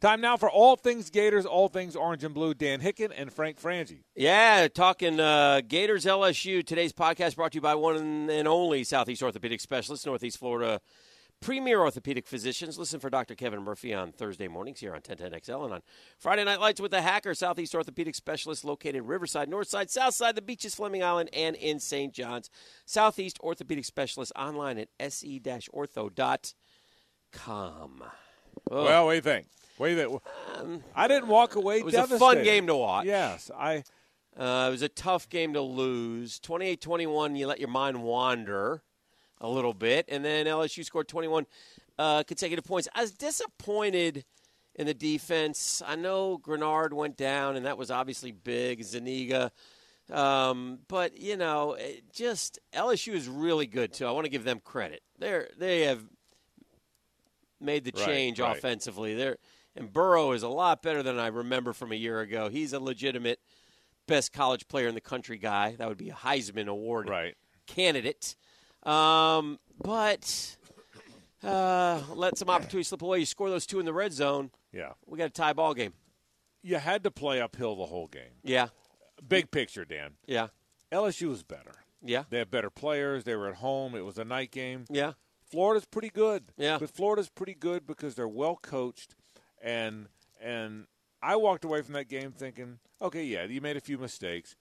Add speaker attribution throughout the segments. Speaker 1: Time now for all things Gators, all things orange and blue. Dan Hicken and Frank Frangie.
Speaker 2: Yeah, talking uh, Gators LSU. Today's podcast brought to you by one and only Southeast Orthopedic Specialist, Northeast Florida premier orthopedic physicians. Listen for Dr. Kevin Murphy on Thursday mornings here on 1010XL and on Friday Night Lights with the Hacker, Southeast Orthopedic Specialist located Riverside, Northside, Southside, the beaches, Fleming Island, and in St. John's. Southeast Orthopedic Specialist online at E se-ortho.com.
Speaker 1: Oh. Well, what do you think? What do you think? I didn't walk away
Speaker 2: It was a
Speaker 1: devastated.
Speaker 2: fun game to watch.
Speaker 1: Yes, I
Speaker 2: Uh, it was a tough game to lose. 28 21, you let your mind wander a little bit. And then LSU scored 21 uh, consecutive points. I was disappointed in the defense. I know Grenard went down, and that was obviously big. Zaniga. Um, but, you know, it just LSU is really good, too. I want to give them credit. They're, they have made the
Speaker 1: Right,
Speaker 2: change
Speaker 1: right.
Speaker 2: offensively. They're, and Burrow is a lot better than I remember from a year ago. He's a legitimate best college player in the country guy. That would be a Heisman Award
Speaker 1: right.
Speaker 2: candidate. Um, but uh, let some opportunity slip away. You score those two in the red zone,
Speaker 1: Yeah,
Speaker 2: we got a tie ball game.
Speaker 1: you had to play uphill the whole game.
Speaker 2: Yeah,
Speaker 1: Big picture, Dan.
Speaker 2: yeah,
Speaker 1: LSU was better.
Speaker 2: yeah,
Speaker 1: They have better players. They were at home. It was a night game.
Speaker 2: yeah.
Speaker 1: Florida's pretty good.
Speaker 2: Yeah.
Speaker 1: But Florida's pretty good because they're well coached and and I walked away from that game thinking, okay, yeah, you made a few mistakes,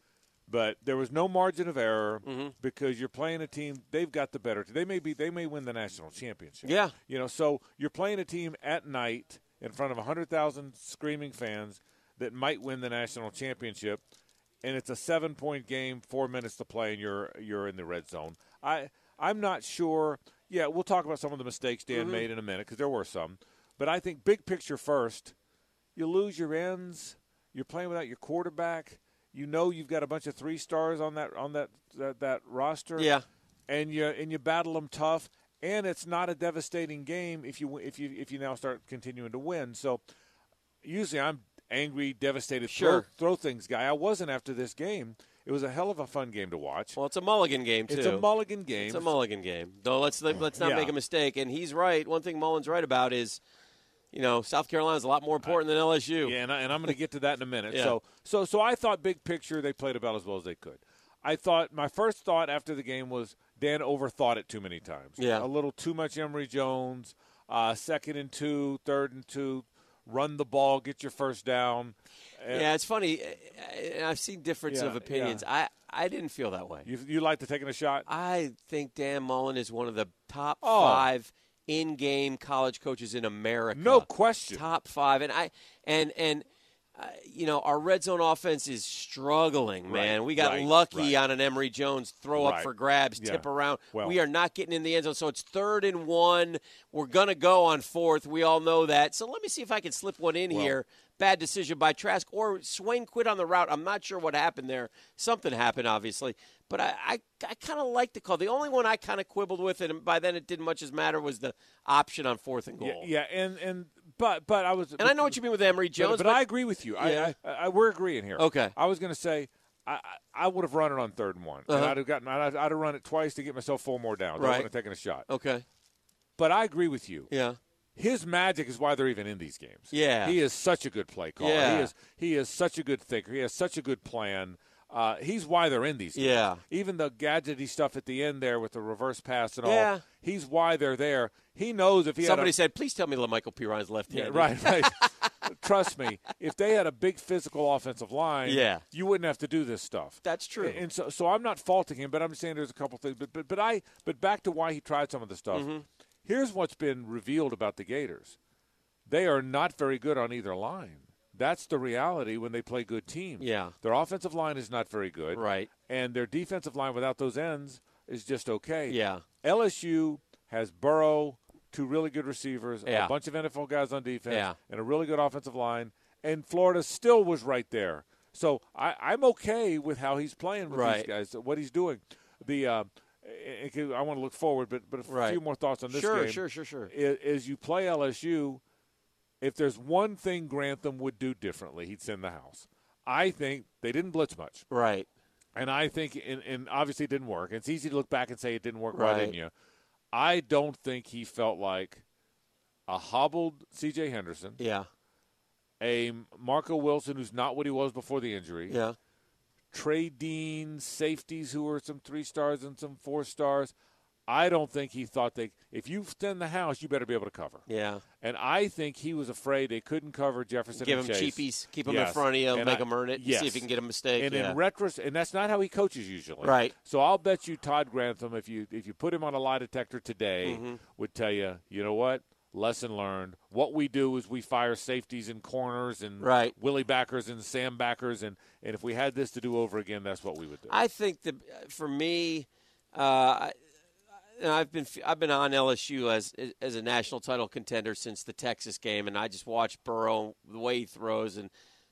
Speaker 1: but there was no margin of error because you're playing a team, they've got the better. They may be they may win the national championship.
Speaker 2: Yeah.
Speaker 1: You know, so you're playing a team at night in front of 100,000 screaming fans that might win the national championship and it's a seven point game, four minutes to play, and you're you're in the red zone. I I'm not sure. Yeah, we'll talk about some of the mistakes Dan made in a minute because there were some, but I think big picture first, you lose your ends. You're playing without your quarterback. You know you've got a bunch of three stars on that on that that, that roster.
Speaker 2: Yeah.
Speaker 1: and you and you battle them tough. And it's not a devastating game if you if you if you now start continuing to win. So usually I'm angry, devastated,
Speaker 2: Sure.
Speaker 1: throw, throw things guy. I wasn't after this game. It was a hell of a fun game to watch.
Speaker 2: Well, it's a mulligan game too.
Speaker 1: it's a mulligan game.
Speaker 2: It's a mulligan game. Though let's let's not
Speaker 1: Yeah.
Speaker 2: make a mistake. And he's right. One thing Mullen's right about is, you know, South Carolina's a lot more important than LSU.
Speaker 1: Yeah, and, I, and I'm going to get to that in a minute.
Speaker 2: Yeah.
Speaker 1: So, so, so I thought big picture they played about as well as they could. I thought my first thought after the game was Dan overthought it too many times.
Speaker 2: Yeah.
Speaker 1: a little too much Emory Jones. Uh, second and two, third and two, run the ball, get your first down.
Speaker 2: Yeah, it's funny. uh, and I've seen difference
Speaker 1: Yeah,
Speaker 2: of opinions. I I didn't feel that way.
Speaker 1: You you like to taking a shot?
Speaker 2: I think Dan Mullen is one of the top
Speaker 1: Oh.
Speaker 2: five in-game college coaches in America.
Speaker 1: No question.
Speaker 2: Top five, and I and and uh, you know our red zone offense is struggling, man.
Speaker 1: Right,
Speaker 2: we got
Speaker 1: right,
Speaker 2: lucky
Speaker 1: right.
Speaker 2: on an Emory Jones throw up
Speaker 1: Right.
Speaker 2: for grabs,
Speaker 1: Yeah.
Speaker 2: tip around.
Speaker 1: Well-
Speaker 2: we are not getting in the end zone, so it's third and one. We're gonna go on fourth. We all know that. So let me see if I can slip one in here. Bad decision by Trask or Swain quit on the route. I'm not sure what happened there. Something happened, obviously, but I I, I kind of like the call. The only one I kind of quibbled with, and by then it didn't much as matter, was the option on fourth and goal.
Speaker 1: Yeah, yeah, and and but but I was
Speaker 2: And I know what you mean with Emory Jones,
Speaker 1: But, but I agree with you. I-
Speaker 2: Yeah.
Speaker 1: I, I, we're agreeing here.
Speaker 2: Okay.
Speaker 1: I was going to say I, I I would have run it on third and one. And
Speaker 2: Uh-huh.
Speaker 1: I'd have gotten I'd, I'd have run it twice to get myself four more downs. I
Speaker 2: Right.
Speaker 1: wouldn't have taken a shot.
Speaker 2: okay,
Speaker 1: But I agree with you.
Speaker 2: yeah,
Speaker 1: His magic is why they're even in these games.
Speaker 2: Yeah.
Speaker 1: He is such a good play caller.
Speaker 2: Yeah.
Speaker 1: He is he is such a good thinker. He has such a good plan. Uh, he's why they're in these games.
Speaker 2: Yeah.
Speaker 1: Even the gadgety stuff at the end there with the reverse pass and
Speaker 2: Yeah.
Speaker 1: all. He's why they're there. He knows if he had a-
Speaker 2: Somebody said, please tell me LaMichael Piron's left
Speaker 1: yeah,
Speaker 2: handed.
Speaker 1: right, right. Trust me, if they had a big physical offensive line,
Speaker 2: Yeah.
Speaker 1: you wouldn't have to do this stuff.
Speaker 2: That's true.
Speaker 1: And so, so I'm not faulting him, but I'm saying there's a couple things. But, but, but I, but back to why he tried some of the stuff.
Speaker 2: Mm-hmm.
Speaker 1: Here's what's been revealed about the Gators: they are not very good on either line. That's the reality when they play good teams.
Speaker 2: Yeah.
Speaker 1: their offensive line is not very good.
Speaker 2: Right.
Speaker 1: and their defensive line without those ends is just okay.
Speaker 2: Yeah.
Speaker 1: LSU has Burrow, two really good receivers,
Speaker 2: Yeah.
Speaker 1: a bunch of NFL guys on defense,
Speaker 2: Yeah.
Speaker 1: and a really good offensive line. And Florida still was right there. So I, I'm okay with how he's playing with
Speaker 2: Right.
Speaker 1: these guys, what he's doing. The uh, I- I want to look forward, but but a
Speaker 2: Right.
Speaker 1: few more thoughts on this
Speaker 2: Sure,
Speaker 1: game.
Speaker 2: sure, sure, sure.
Speaker 1: Is, is you play LSU, if there's one thing Grantham would do differently, he'd send the house. I think they didn't blitz much.
Speaker 2: Right.
Speaker 1: And I think, and, and obviously it didn't work. It's easy to look back and say it didn't work.
Speaker 2: Right.
Speaker 1: Why didn't you? I don't think he felt like a hobbled C.J. Henderson,
Speaker 2: Yeah.
Speaker 1: a Marco Wilson who's not what he was before the injury.
Speaker 2: Yeah.
Speaker 1: Trey Dean, safeties who are some three stars and some four stars. I don't think he thought they. If you send the house, you better be able to cover.
Speaker 2: Yeah.
Speaker 1: And I think he was afraid they couldn't cover Jefferson.
Speaker 2: Give
Speaker 1: and
Speaker 2: him
Speaker 1: Chase.
Speaker 2: cheapies. Keep him in
Speaker 1: Yes.
Speaker 2: front of you.
Speaker 1: And
Speaker 2: make
Speaker 1: I-
Speaker 2: him earn it.
Speaker 1: yes.
Speaker 2: See if you can get a mistake.
Speaker 1: And
Speaker 2: yeah.
Speaker 1: in retros, and that's not how he coaches usually.
Speaker 2: Right.
Speaker 1: So I'll bet you Todd Grantham, if you if you put him on a lie detector today,
Speaker 2: Mm-hmm.
Speaker 1: would tell you, you know what? Lesson learned. What we do is we fire safeties and corners and
Speaker 2: Right.
Speaker 1: Willie backers and Sam backers, and and if we had this to do over again, that's what we would do.
Speaker 2: I think that for me, uh, I- and I've been I've been on LSU as as a national title contender since the Texas game, and I just watched Burrow the way he throws, and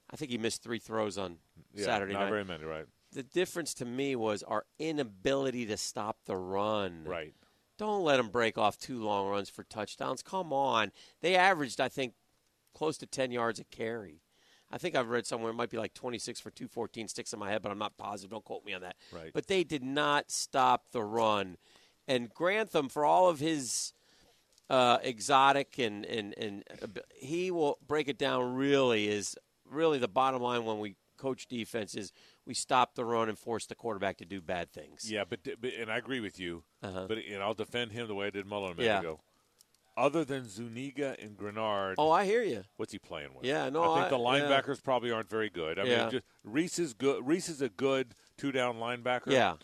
Speaker 2: I think he missed three throws on
Speaker 1: Yeah,
Speaker 2: Saturday
Speaker 1: not
Speaker 2: night.
Speaker 1: very many, right?
Speaker 2: The difference to me was our inability to stop the run.
Speaker 1: Right.
Speaker 2: Don't let them break off two long runs for touchdowns. Come on. They averaged, I think, close to 10 yards a carry. I think I've read somewhere it might be like 26 for 214 sticks in my head, but I'm not positive. Don't quote me on that.
Speaker 1: Right.
Speaker 2: But they did not stop the run. And Grantham, for all of his uh, exotic and, and, and ab- he will break it down really is really the bottom line when we coach defense is we stop the run and force the quarterback to do bad things.
Speaker 1: Yeah, but, but and I agree with you.
Speaker 2: Uh-huh.
Speaker 1: But and I'll defend him the way I did Mullen a minute
Speaker 2: Yeah.
Speaker 1: ago. Other than Zuniga and Grenard,
Speaker 2: Oh, I hear you.
Speaker 1: what's he playing with?
Speaker 2: Yeah, no,
Speaker 1: I think the
Speaker 2: I- yeah.
Speaker 1: linebackers probably aren't very good. I
Speaker 2: Yeah.
Speaker 1: mean, just, Reese is good. Reese is a good two down linebacker.
Speaker 2: Yeah.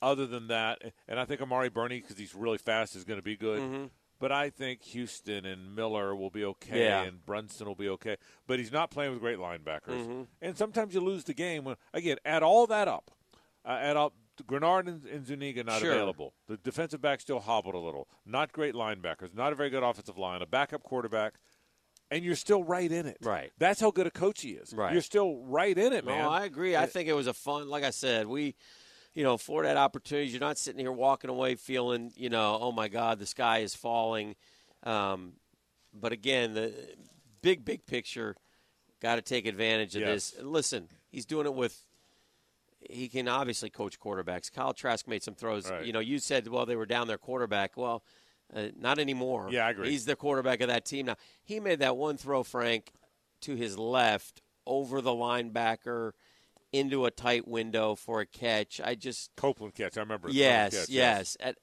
Speaker 1: Other than that, and I think Amari Bernie because he's really fast is going to be good.
Speaker 2: Mm-hmm.
Speaker 1: But I think Houston and Miller will be okay,
Speaker 2: Yeah.
Speaker 1: and Brunson will be okay. But he's not playing with great linebackers,
Speaker 2: Mm-hmm.
Speaker 1: and sometimes you lose the game. When again, add all that up, uh, add up Grenard and, and Zuniga not
Speaker 2: Sure.
Speaker 1: available. The defensive back still hobbled a little. Not great linebackers. Not a very good offensive line. A backup quarterback and you're still right in it.
Speaker 2: Right.
Speaker 1: That's how good a coach he is.
Speaker 2: Right.
Speaker 1: You're still right in it,
Speaker 2: No,
Speaker 1: man.
Speaker 2: I agree. I think it was a fun. Like I said, we, you know, Florida had opportunities. You're not sitting here walking away feeling, you know, oh my God, the sky is falling. Um, but again, the big, big picture, got to take advantage of
Speaker 1: Yes.
Speaker 2: this. And listen, he's doing it with. He can obviously coach quarterbacks. Kyle Trask made some throws.
Speaker 1: Right.
Speaker 2: You know, you said, well, they were down their quarterback. Well, uh, not anymore.
Speaker 1: Yeah, I agree.
Speaker 2: He's the quarterback of that team now. He made that one throw, Frank, to his left over the linebacker into a tight window for a catch. I just
Speaker 1: Copeland catch. I remember. it.
Speaker 2: yes,
Speaker 1: Copeland catch,
Speaker 2: yes. At-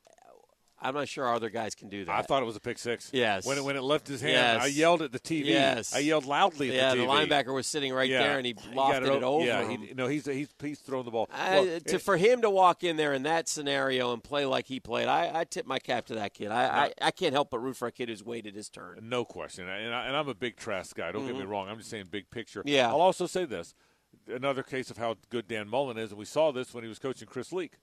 Speaker 2: I'm not sure our other guys can do that.
Speaker 1: I thought it was a pick six.
Speaker 2: Yes.
Speaker 1: When it, when it left his hand,
Speaker 2: Yes.
Speaker 1: I yelled at the TV.
Speaker 2: Yes.
Speaker 1: I yelled loudly at
Speaker 2: yeah,
Speaker 1: the
Speaker 2: the
Speaker 1: TV.
Speaker 2: linebacker was sitting right
Speaker 1: Yeah.
Speaker 2: there and he
Speaker 1: got
Speaker 2: lofted it,
Speaker 1: o-
Speaker 2: over
Speaker 1: Yeah,
Speaker 2: him.
Speaker 1: He, no, he's, he's he's throwing the ball.
Speaker 2: I,
Speaker 1: Well,
Speaker 2: to,
Speaker 1: it-
Speaker 2: for him to walk in there in that scenario and play like he played, I, I tip my cap to that kid. I, I, I can't help but root for a kid who's waited his turn.
Speaker 1: No question. And, I, and I'm a big Trask guy. Don't get me wrong. I'm just saying big picture.
Speaker 2: Mm-hmm. Yeah.
Speaker 1: I'll also say this another case of how good Dan Mullen is, and we saw this when he was coaching Chris Leak,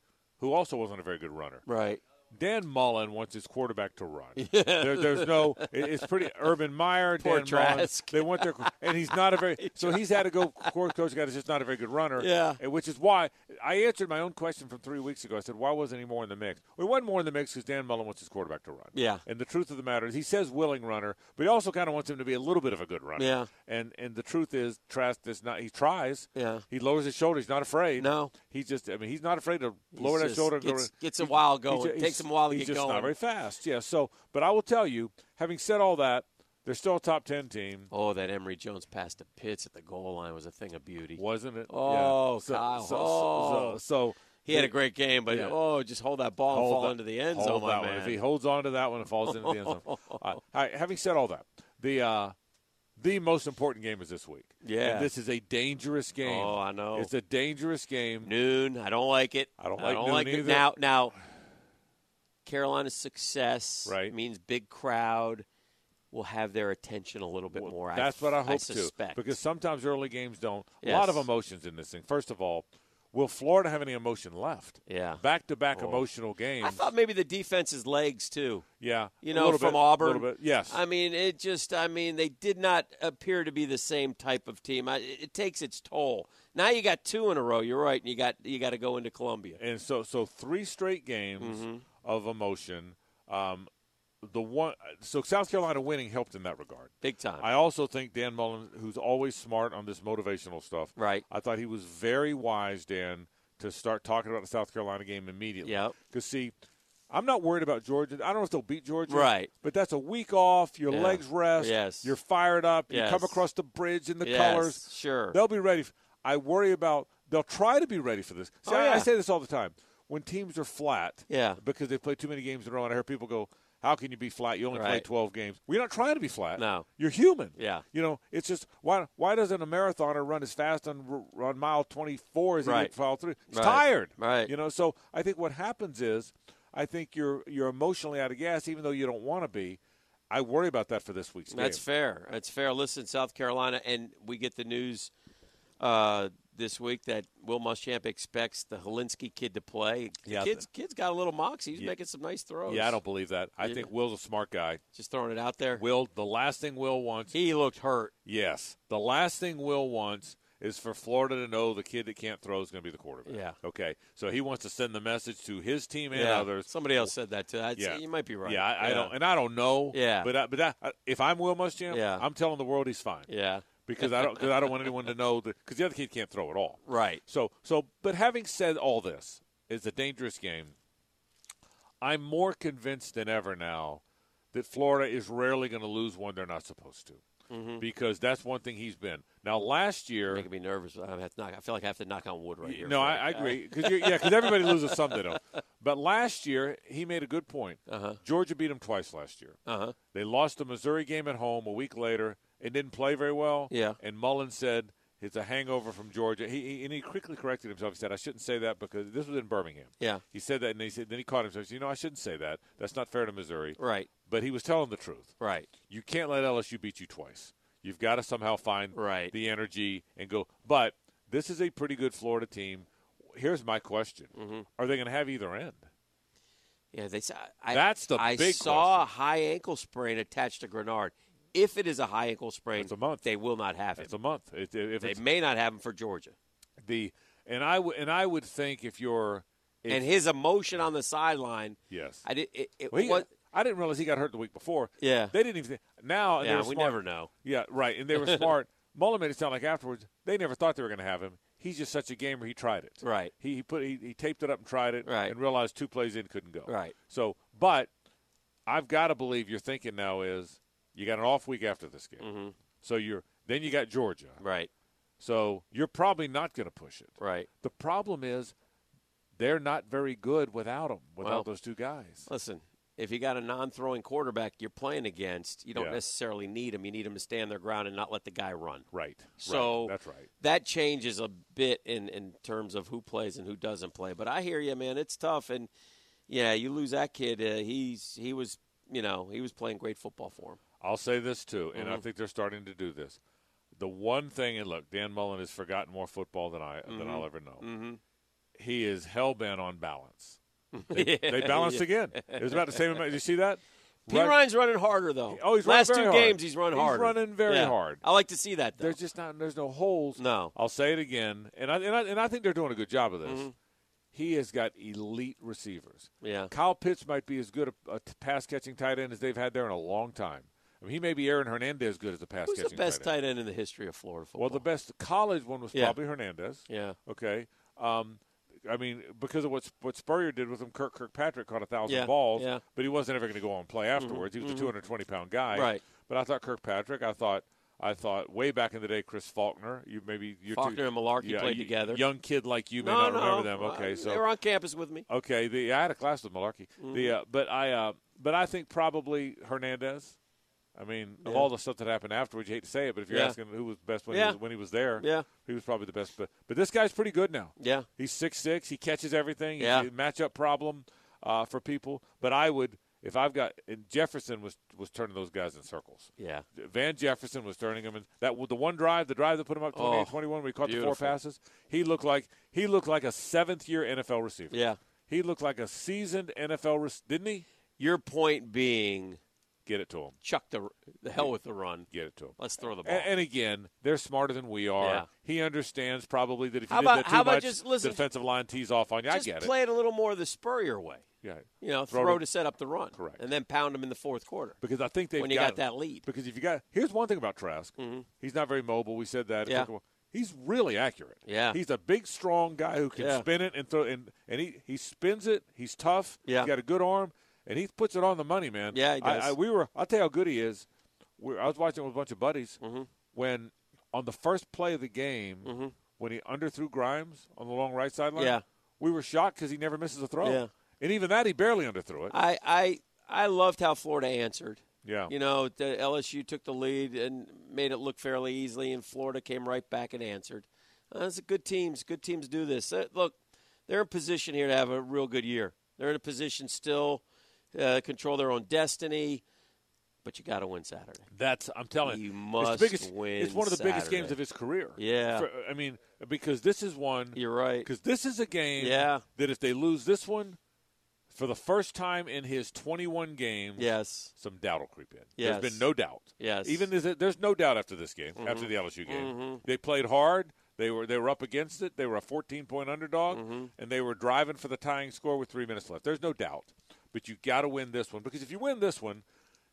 Speaker 1: who also wasn't a very good runner.
Speaker 2: Right.
Speaker 1: Dan Mullen wants his quarterback to run. There, there's no. it- It's pretty Urban Meyer.
Speaker 2: Poor
Speaker 1: Dan Mullen.
Speaker 2: Trask.
Speaker 1: They want their, and he's not a very. So he's had to go. Court coach guy is just not a very good runner.
Speaker 2: Yeah.
Speaker 1: and which is why I answered my own question from three weeks ago. I said, why wasn't he more in the mix? We wasn't more in the mix because Dan Mullen wants his quarterback to run.
Speaker 2: Yeah.
Speaker 1: And the truth of the matter is, he says willing runner, but he also kind of wants him to be a little bit of a good runner.
Speaker 2: Yeah.
Speaker 1: And and the truth is, Trask does not. He tries.
Speaker 2: Yeah.
Speaker 1: He lowers his shoulder. He's not afraid.
Speaker 2: No.
Speaker 1: He's just. I mean, he's not afraid to lower that
Speaker 2: just
Speaker 1: shoulder. and go-
Speaker 2: gets- gets a while going.
Speaker 1: ju-
Speaker 2: Takes him a while to
Speaker 1: he's
Speaker 2: get
Speaker 1: just
Speaker 2: going.
Speaker 1: Not very fast. Yeah. So, but I will tell you, having said all that, they're still a top ten team,
Speaker 2: Oh, that Emory Jones pass to Pitts at the goal line was a thing of beauty.
Speaker 1: wasn't it?
Speaker 2: Oh,
Speaker 1: yeah. so,
Speaker 2: Kyle.
Speaker 1: So,
Speaker 2: Oh.
Speaker 1: so, so
Speaker 2: He had a great game, but
Speaker 1: Yeah.
Speaker 2: oh, just hold that ball and
Speaker 1: hold
Speaker 2: fall
Speaker 1: that-
Speaker 2: into the end
Speaker 1: hold
Speaker 2: zone, my
Speaker 1: that one.
Speaker 2: man.
Speaker 1: If he holds on to that one, it falls into the end zone. Uh, all right, having said all that, the uh, the most important game is this week.
Speaker 2: Yeah.
Speaker 1: And this is a dangerous game.
Speaker 2: Oh, I know.
Speaker 1: It's a dangerous game.
Speaker 2: noon. I don't like it.
Speaker 1: I don't like noon
Speaker 2: it.
Speaker 1: either.
Speaker 2: Now, now, Carolina's success
Speaker 1: Right.
Speaker 2: means big crowd will have their attention a little bit more.
Speaker 1: That's what I hope
Speaker 2: suspect.
Speaker 1: to. Because sometimes early games don't. A lot of
Speaker 2: Yes.
Speaker 1: emotions in this thing. First of all, will Florida have any emotion left?
Speaker 2: Yeah. Oh.
Speaker 1: Back to back emotional games.
Speaker 2: I thought maybe the defense's legs too.
Speaker 1: yeah.
Speaker 2: You
Speaker 1: a
Speaker 2: know,
Speaker 1: little
Speaker 2: from
Speaker 1: bit,
Speaker 2: Auburn.
Speaker 1: A little bit. Yes.
Speaker 2: I mean, it just, I mean, they did not appear to be the same type of team. I, it it takes its toll. Now you got two in a row. You're right. And you got you got to go into Columbia.
Speaker 1: and so, so three straight games
Speaker 2: Mm-hmm.
Speaker 1: of emotion. Um, the one, so South Carolina winning helped in that regard.
Speaker 2: Big time.
Speaker 1: I also think Dan Mullen, who's always smart on this motivational stuff,
Speaker 2: Right.
Speaker 1: I thought he was very wise, Dan, to start talking about the South Carolina game immediately.
Speaker 2: Yep.
Speaker 1: Because see, I'm not worried about Georgia. I don't know if they'll beat Georgia.
Speaker 2: Right.
Speaker 1: But that's a week off. Your
Speaker 2: Yeah.
Speaker 1: legs rest.
Speaker 2: Yes.
Speaker 1: You're fired up.
Speaker 2: Yes.
Speaker 1: You come across the bridge in the
Speaker 2: Yes,
Speaker 1: colors.
Speaker 2: sure.
Speaker 1: They'll be ready. I worry about they'll try to be ready for this. See,
Speaker 2: Oh,
Speaker 1: I, I
Speaker 2: yeah.
Speaker 1: say this all the time. When teams are flat,
Speaker 2: Yeah.
Speaker 1: because they play too many games in a row, and I hear people go, "How can you be flat? You only play
Speaker 2: Right.
Speaker 1: 12 games." We're not trying to be flat.
Speaker 2: No.
Speaker 1: you're human.
Speaker 2: Yeah.
Speaker 1: you know, it's just why why doesn't a marathoner run as fast on r- on mile 24 as he
Speaker 2: Right.
Speaker 1: did mile three? He's
Speaker 2: Right.
Speaker 1: tired.
Speaker 2: Right.
Speaker 1: You know, so I think what happens is, I think you're you're emotionally out of gas, even though you don't want to be. I worry about that for this week's game.
Speaker 2: That's fair. That's fair. Listen, South Carolina, and we get the news uh, this week that Will Muschamp expects the Helinski kid to play.
Speaker 1: Yeah.
Speaker 2: kid's kid's got a little moxie. He's
Speaker 1: Yeah.
Speaker 2: making some nice throws.
Speaker 1: yeah, I don't believe that. I
Speaker 2: Yeah.
Speaker 1: think Will's a smart guy.
Speaker 2: just throwing it out there.
Speaker 1: Will, the last thing Will wants
Speaker 2: He looked hurt.
Speaker 1: Yes. The last thing Will wants is for Florida to know the kid that can't throw is going to be the quarterback.
Speaker 2: Yeah.
Speaker 1: Okay. So he wants to send the message to his team and others.
Speaker 2: Somebody else said that too. I'd
Speaker 1: Yeah.
Speaker 2: say you might be right.
Speaker 1: Yeah, I, I don't, and I don't know.
Speaker 2: Yeah.
Speaker 1: But I, but I, I- if I'm Will Muschamp,
Speaker 2: Yeah.
Speaker 1: I'm telling the world he's fine
Speaker 2: Yeah.
Speaker 1: because I don't, cause I don't want anyone to know that because the other kid can't throw at all.
Speaker 2: Right.
Speaker 1: So so, but having said all this, it's a dangerous game. I'm more convinced than ever now that Florida is rarely going to lose one they're not supposed to.
Speaker 2: Mm-hmm.
Speaker 1: Because that's one thing he's been. Now, last year,
Speaker 2: Making me nervous. but I have to knock. I feel like I have to knock on wood right here.
Speaker 1: no,
Speaker 2: for
Speaker 1: I,
Speaker 2: that
Speaker 1: I
Speaker 2: guy.
Speaker 1: agree. Cause you yeah, because everybody loses some they don't. But last year, he made a good point.
Speaker 2: Uh-huh.
Speaker 1: Georgia beat him twice last year.
Speaker 2: Uh-huh.
Speaker 1: They lost the Missouri game at home a week later and didn't play very well.
Speaker 2: Yeah.
Speaker 1: And Mullen said it's a hangover from Georgia. He, he and he quickly corrected himself. He said I shouldn't say that because this was in Birmingham.
Speaker 2: Yeah.
Speaker 1: He said that and he said then he caught himself. He said, you know I shouldn't say that. That's not fair to Missouri.
Speaker 2: Right.
Speaker 1: But he was telling the truth.
Speaker 2: Right.
Speaker 1: You can't let LSU beat you twice. You've got to somehow find
Speaker 2: Right.
Speaker 1: the energy and go. But this is a pretty good Florida team. Here's my question:
Speaker 2: Mm-hmm.
Speaker 1: Are they going to have either end?
Speaker 2: Yeah, they saw. I,
Speaker 1: That's the
Speaker 2: I
Speaker 1: big
Speaker 2: saw a high ankle sprain attached to Grenard. If it is a high ankle sprain,
Speaker 1: It's a month.
Speaker 2: They will not have him.
Speaker 1: It's a month. It, if
Speaker 2: They
Speaker 1: it's
Speaker 2: may not have him for Georgia.
Speaker 1: the and I w- and I would think if you're if-
Speaker 2: and his emotion on the sideline,
Speaker 1: yes, uh,
Speaker 2: I did. It, it
Speaker 1: Well, he-
Speaker 2: was.
Speaker 1: I didn't realize he got hurt the week before.
Speaker 2: Yeah.
Speaker 1: they didn't even now. and they
Speaker 2: Yeah,
Speaker 1: were
Speaker 2: we
Speaker 1: smart.
Speaker 2: never know.
Speaker 1: Yeah, right. And they were smart. Mullen made it sound like afterwards they never thought they were going to have him. He's just such a gamer. He tried it.
Speaker 2: Right.
Speaker 1: He, he put he, he taped it up and tried it.
Speaker 2: Right.
Speaker 1: And realized two plays in couldn't go.
Speaker 2: Right.
Speaker 1: So, but I've got to believe you're thinking now is you got an off week after this game.
Speaker 2: Mm-hmm.
Speaker 1: So you're then you got Georgia.
Speaker 2: Right.
Speaker 1: So you're probably not going to push it.
Speaker 2: Right.
Speaker 1: The problem is they're not very good without them, without
Speaker 2: Well-
Speaker 1: those two guys.
Speaker 2: Listen, if you got a non-throwing quarterback you're playing against, you don't
Speaker 1: Yeah.
Speaker 2: necessarily need him. You need him to stand their ground and not let the guy run.
Speaker 1: Right.
Speaker 2: So
Speaker 1: right. that's right.
Speaker 2: That changes a bit in in terms of who plays and who doesn't play. But I hear you, man. It's tough, and yeah, you lose that kid. Uh, he's he was you know he was playing great football for him.
Speaker 1: I'll say this too, and I
Speaker 2: Mm-hmm.
Speaker 1: think they're starting to do this. The one thing, and look, Dan Mullen has forgotten more football than I than
Speaker 2: Mm-hmm.
Speaker 1: I'll ever know. He is hell bent on balance. They, they balanced again. It was about the same amount. Did you see that?
Speaker 2: P.
Speaker 1: Right-
Speaker 2: Ryan's running harder though.
Speaker 1: Oh, he's running
Speaker 2: last
Speaker 1: very
Speaker 2: two
Speaker 1: hard.
Speaker 2: games he's run
Speaker 1: He's
Speaker 2: harder.
Speaker 1: running very
Speaker 2: Yeah.
Speaker 1: hard.
Speaker 2: I like to see that though.
Speaker 1: There's just not. There's no holes.
Speaker 2: No.
Speaker 1: I'll say it again, and I and I, and I think they're doing a good job of
Speaker 2: Mm-hmm.
Speaker 1: this. He has got elite receivers.
Speaker 2: Yeah.
Speaker 1: Kyle Pitts might be as good a, a pass catching tight end as they've had there in a long time. I mean, he may be Aaron Hernandez good as a pass
Speaker 2: Who's
Speaker 1: catching
Speaker 2: the best
Speaker 1: tight end.
Speaker 2: tight end in the history of Florida football?
Speaker 1: Well, the best college one was
Speaker 2: Yeah.
Speaker 1: probably Hernandez.
Speaker 2: Yeah.
Speaker 1: Okay. Um, I mean, because of what Sp- what Spurrier did with him, Kirk Kirkpatrick caught a thousand
Speaker 2: Yeah,
Speaker 1: balls,
Speaker 2: yeah. Mm-hmm.
Speaker 1: but he wasn't ever going to go on and play afterwards. He was a 220 pound guy,
Speaker 2: Right.
Speaker 1: But I thought Kirkpatrick. I thought I thought way back in the day, Chris Faulkner. You maybe you're too-
Speaker 2: Faulkner and Malarkey
Speaker 1: yeah,
Speaker 2: played
Speaker 1: you-
Speaker 2: together.
Speaker 1: Young kid like you may
Speaker 2: no,
Speaker 1: not
Speaker 2: no.
Speaker 1: remember them.
Speaker 2: Uh,
Speaker 1: Okay, so
Speaker 2: they were on campus with me.
Speaker 1: okay, the I had a class with Malarkey.
Speaker 2: Mm-hmm.
Speaker 1: The uh, but I uh, but I think probably Hernandez. I mean, of all the stuff that happened afterwards, you hate to say it, but if you're
Speaker 2: Yeah.
Speaker 1: asking who was the best when,
Speaker 2: Yeah.
Speaker 1: he was, when he was there,
Speaker 2: Yeah.
Speaker 1: he was probably the best. But but this guy's pretty good now.
Speaker 2: Yeah.
Speaker 1: He's six six. He catches everything. He's
Speaker 2: Yeah.
Speaker 1: a matchup problem uh, for people. But I would if I've got and Jefferson was was turning those guys in circles.
Speaker 2: Yeah.
Speaker 1: Van Jefferson was turning them in that the one drive, the drive that put him up 28-21
Speaker 2: Oh,
Speaker 1: where he caught the
Speaker 2: beautiful.
Speaker 1: four passes. He looked like he looked like a seventh year NFL receiver.
Speaker 2: Yeah.
Speaker 1: He looked like a seasoned NFL rec- didn't he?
Speaker 2: Your point being,
Speaker 1: Get it to him.
Speaker 2: chuck the the hell with the run.
Speaker 1: Get it to him.
Speaker 2: Let's throw the ball.
Speaker 1: And, and again, they're smarter than we are.
Speaker 2: Yeah.
Speaker 1: He understands probably that if you
Speaker 2: How
Speaker 1: did
Speaker 2: about-
Speaker 1: that too
Speaker 2: how about
Speaker 1: much,
Speaker 2: just- listen,
Speaker 1: the defensive line tees off on you.
Speaker 2: Just
Speaker 1: I get
Speaker 2: play it a little more the Spurrier way.
Speaker 1: it. Yeah.
Speaker 2: You know,
Speaker 1: Throw
Speaker 2: throw,
Speaker 1: to-
Speaker 2: to set up the run,
Speaker 1: Correct.
Speaker 2: and then pound him in the fourth quarter.
Speaker 1: because I think they've
Speaker 2: When you got that lead.
Speaker 1: Because if you got here's one thing about Trask, he's not very mobile. We said that. It
Speaker 2: Mm-hmm. Yeah.
Speaker 1: took him a- he's really accurate.
Speaker 2: Yeah.
Speaker 1: he's a big, strong guy who can
Speaker 2: Yeah.
Speaker 1: spin it and throw. And, and he he spins it. He's tough.
Speaker 2: Yeah.
Speaker 1: he's got a good arm, and he puts it on the money, man.
Speaker 2: Yeah, he does.
Speaker 1: I, I, we were. I'll tell you how good he is. We, I was watching with a bunch of buddies
Speaker 2: Mm-hmm.
Speaker 1: when on the first play of the game when he underthrew Grimes on the long right sideline.
Speaker 2: Yeah.
Speaker 1: we were shocked because he never misses a throw.
Speaker 2: Yeah.
Speaker 1: And even that, he barely underthrew it.
Speaker 2: I, I, I loved how Florida answered.
Speaker 1: Yeah.
Speaker 2: You know, the LSU took the lead and made it look fairly easily, and Florida came right back and answered. Uh, it's a good teams. Good teams do this. Uh, look, they're in position here to have a real good year. They're in a position still uh, control their own destiny, but you got to win Saturday.
Speaker 1: That's I'm telling
Speaker 2: You
Speaker 1: you.
Speaker 2: must
Speaker 1: it's the biggest,
Speaker 2: win
Speaker 1: It's one of the biggest
Speaker 2: Saturday.
Speaker 1: games of his career.
Speaker 2: Yeah.
Speaker 1: For- I mean, because this is one.
Speaker 2: You're right.
Speaker 1: Because this is a game.
Speaker 2: Yeah.
Speaker 1: That if they lose this one, for the first time in his 21 games,
Speaker 2: Yes.
Speaker 1: some doubt will creep in.
Speaker 2: Yes.
Speaker 1: There's been no doubt.
Speaker 2: Yes. Mm-hmm.
Speaker 1: Even is it, there's no doubt after this game, after the LSU game. They played hard. They were they were up against it. They were a 14 point underdog,
Speaker 2: Mm-hmm.
Speaker 1: and they were driving for the tying score with three minutes left. There's no doubt. But you got to win this one because if you win this one,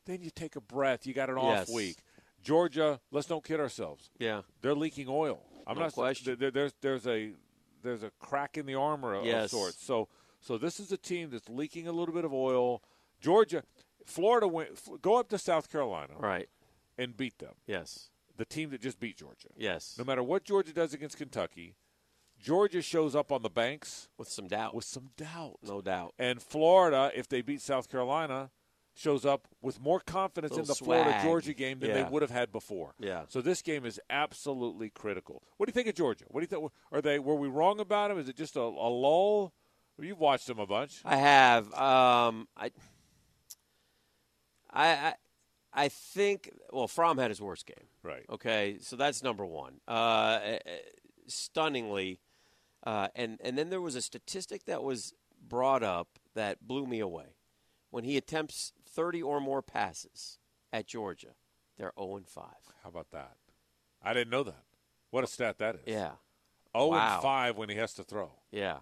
Speaker 1: then you take a breath. You got an
Speaker 2: Yes.
Speaker 1: off week. Georgia, let's don't kid ourselves.
Speaker 2: Yeah.
Speaker 1: They're leaking oil. I'm
Speaker 2: No
Speaker 1: not
Speaker 2: question.
Speaker 1: There, there's there's a there's a crack in the armor of, of
Speaker 2: Yes.
Speaker 1: sorts. So so this is a team that's leaking a little bit of oil. Georgia, Florida went f- go up to South Carolina
Speaker 2: Right.
Speaker 1: and beat them.
Speaker 2: Yes.
Speaker 1: The team that just beat Georgia.
Speaker 2: Yes.
Speaker 1: No matter what Georgia does against Kentucky, Georgia shows up on the banks
Speaker 2: With some doubt.
Speaker 1: with some doubt.
Speaker 2: no doubt.
Speaker 1: And Florida, if they beat South Carolina, shows up with more confidence in
Speaker 2: Little
Speaker 1: the Florida
Speaker 2: swag.
Speaker 1: Georgia game than they
Speaker 2: Yeah.
Speaker 1: would have had before.
Speaker 2: Yeah.
Speaker 1: So this game is absolutely critical. What do you think of Georgia? What do you think? Are they were we wrong about them? Is it just a, a lull? You've watched them a bunch.
Speaker 2: I have. Um, I, I, I, I think. Well, Fromm had his worst game.
Speaker 1: Right.
Speaker 2: Okay, so that's number one. Uh, eh, eh, stunningly, uh, and and then there was a statistic that was brought up that blew me away. When he attempts thirty or more passes at Georgia, they're zero and five.
Speaker 1: How about that? I didn't know that. What a stat that is.
Speaker 2: Yeah,
Speaker 1: Oh
Speaker 2: Wow.
Speaker 1: and five when he has to throw.
Speaker 2: yeah.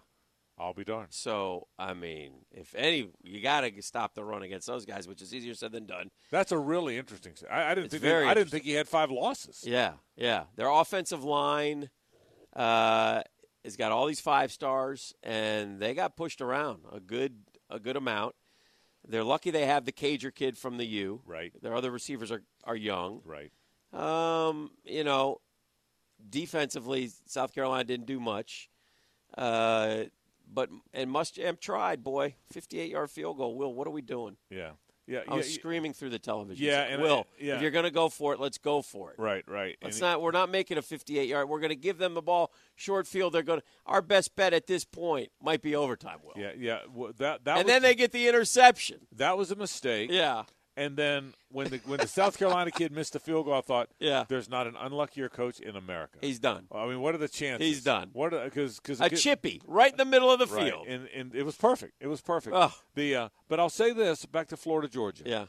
Speaker 1: I'll be darned.
Speaker 2: So I mean, if any, you got to stop the run against those guys, which is easier said than done.
Speaker 1: That's a really interesting. stat. I, I didn't
Speaker 2: It's
Speaker 1: think.
Speaker 2: very
Speaker 1: they, I didn't
Speaker 2: interesting.
Speaker 1: think he had five losses.
Speaker 2: Yeah, yeah. Their offensive line uh, has got all these five stars, and they got pushed around a good a good amount. They're lucky they have the Cager kid from the U.
Speaker 1: Right.
Speaker 2: Their other receivers are are young.
Speaker 1: Right.
Speaker 2: Um, you know, defensively, South Carolina didn't do much. Uh, but and Muschamp tried, boy, fifty-eight yard field goal. Will, what are we doing?
Speaker 1: Yeah. Yeah.
Speaker 2: I was
Speaker 1: yeah,
Speaker 2: Oh, screaming through the television.
Speaker 1: Yeah, and I-
Speaker 2: Will,
Speaker 1: yeah.
Speaker 2: if you're going to go for it, let's go for it.
Speaker 1: Right. Right.
Speaker 2: Let's
Speaker 1: And-
Speaker 2: not. We're not making a 58 yard. We're going to give them the ball short field. They're going. to Our best bet at this point might be overtime. Will.
Speaker 1: Yeah, yeah. Well, that that
Speaker 2: And
Speaker 1: was,
Speaker 2: then they get the interception.
Speaker 1: that was a mistake.
Speaker 2: Yeah.
Speaker 1: And then when the when the South Carolina kid missed the field goal, I thought,
Speaker 2: Yeah.
Speaker 1: there's not an unluckier coach in America.
Speaker 2: He's done.
Speaker 1: I mean, what are the chances?
Speaker 2: He's done.
Speaker 1: What because because
Speaker 2: A chippy right in the middle of the
Speaker 1: right,
Speaker 2: field.
Speaker 1: and and it was perfect. It was perfect.
Speaker 2: Ugh.
Speaker 1: The uh, but I'll say this back to Florida Georgia.
Speaker 2: Yeah.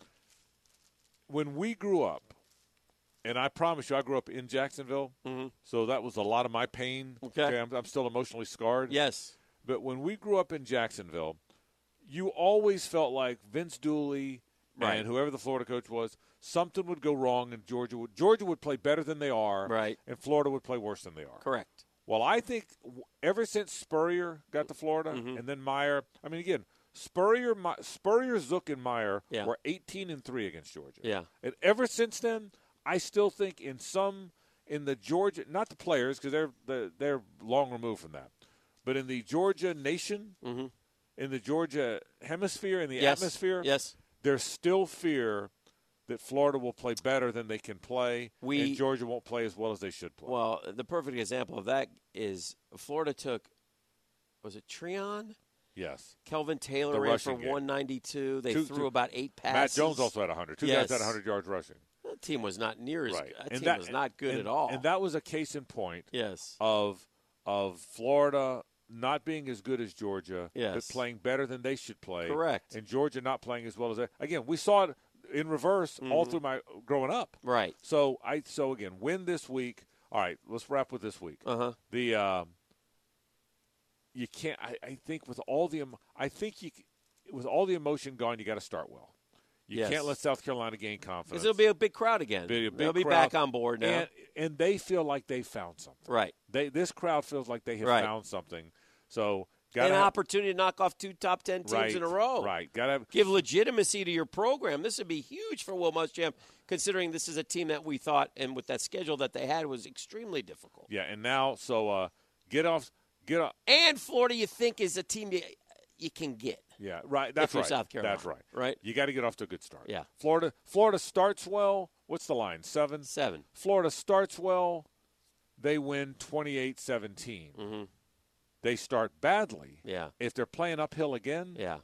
Speaker 1: When we grew up, and I promise you, I grew up in Jacksonville, so that was a lot of my pain.
Speaker 2: Mm-hmm. Okay.
Speaker 1: I'm, I'm still emotionally scarred.
Speaker 2: Yes.
Speaker 1: But when we grew up in Jacksonville, you always felt like Vince Dooley
Speaker 2: Right.
Speaker 1: and whoever the Florida coach was, something would go wrong, and Georgia would Georgia would play better than they are,
Speaker 2: Right.
Speaker 1: And Florida would play worse than they are.
Speaker 2: Correct.
Speaker 1: Well, I think w- ever since Spurrier got to Florida,
Speaker 2: Mm-hmm.
Speaker 1: and then Meyer. I mean, again, Spurrier, My- Spurrier, Zook, and Meyer
Speaker 2: Yeah.
Speaker 1: were eighteen and three against Georgia.
Speaker 2: Yeah.
Speaker 1: and ever since then, I still think in some in the Georgia, not the players because they're they're- they're long removed from that, but in the Georgia nation, in the Georgia hemisphere, in the
Speaker 2: Mm-hmm. Yes.
Speaker 1: atmosphere,
Speaker 2: Yes.
Speaker 1: there's still fear. That Florida will play better than they can play,
Speaker 2: We-
Speaker 1: and Georgia won't play as well as they should play.
Speaker 2: Well, the perfect example of that is Florida took. Was it Treon?
Speaker 1: yes,
Speaker 2: Kelvin Taylor
Speaker 1: The
Speaker 2: ran for
Speaker 1: rushing game.
Speaker 2: 192. They
Speaker 1: Two-
Speaker 2: threw
Speaker 1: two-
Speaker 2: about eight passes.
Speaker 1: Matt Jones also had 100. Two
Speaker 2: Yes.
Speaker 1: guys had 100 yards rushing.
Speaker 2: That team was not near as.
Speaker 1: Right.
Speaker 2: That
Speaker 1: and
Speaker 2: team
Speaker 1: that
Speaker 2: was not good
Speaker 1: and-
Speaker 2: at all.
Speaker 1: And that was a case in point
Speaker 2: yes.
Speaker 1: of of Florida not being as good as Georgia,
Speaker 2: Yes.
Speaker 1: but playing better than they should play.
Speaker 2: Correct.
Speaker 1: And Georgia not playing as well as they. Again, we saw it in reverse
Speaker 2: Mm-hmm.
Speaker 1: all through my growing up.
Speaker 2: Right.
Speaker 1: So I so again win this week. All right, let's wrap with this week.
Speaker 2: Uh huh.
Speaker 1: The um, you can't. I, I think with all the em- I think you c- with all the emotion gone, you got to start well. You
Speaker 2: Yes.
Speaker 1: can't let South Carolina gain confidence.
Speaker 2: Because it'll be a big crowd again.
Speaker 1: Be a big
Speaker 2: They'll be
Speaker 1: crowd.
Speaker 2: back on board now.
Speaker 1: and, and they feel like they found something.
Speaker 2: right.
Speaker 1: They this crowd feels like they have
Speaker 2: Right.
Speaker 1: found something. So got
Speaker 2: An
Speaker 1: to
Speaker 2: opportunity to knock off two top ten teams
Speaker 1: right,
Speaker 2: in a row.
Speaker 1: Right, got to
Speaker 2: Give legitimacy to your program. This would be huge for Will Muschamp, considering this is a team that we thought and with that schedule that they had was extremely difficult.
Speaker 1: yeah. And now, so uh, get off, get off.
Speaker 2: And Florida, you think is a team you, you can get.
Speaker 1: Yeah, right. That's
Speaker 2: you're
Speaker 1: right.
Speaker 2: South Carolina,
Speaker 1: That's right.
Speaker 2: right?
Speaker 1: You got to get off to a good start.
Speaker 2: Yeah.
Speaker 1: Florida. Florida starts well. What's the line? Seven.
Speaker 2: Seven.
Speaker 1: Florida starts well. They win 28-17. They start badly.
Speaker 2: Mm-hmm. Yeah.
Speaker 1: If they're playing uphill again
Speaker 2: Yeah.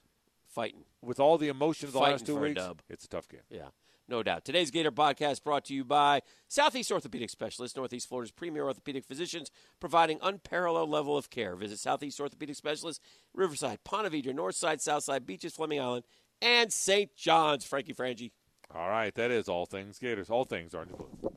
Speaker 2: Fighting.
Speaker 1: with all the emotion of the
Speaker 2: Fighting
Speaker 1: last two
Speaker 2: for a
Speaker 1: weeks,
Speaker 2: dub.
Speaker 1: it's a tough game.
Speaker 2: Yeah, no doubt. Today's Gator podcast brought to you by Southeast Orthopedic Specialists, Northeast Florida's premier orthopedic physicians, providing unparalleled level of care. Visit Southeast Orthopedic Specialists, Riverside, Ponte Vedra, Northside, Southside, Beaches, Fleming Island, and St. John's. Frankie Frangie.
Speaker 1: All right, that is all things Gators. All things are in the blue.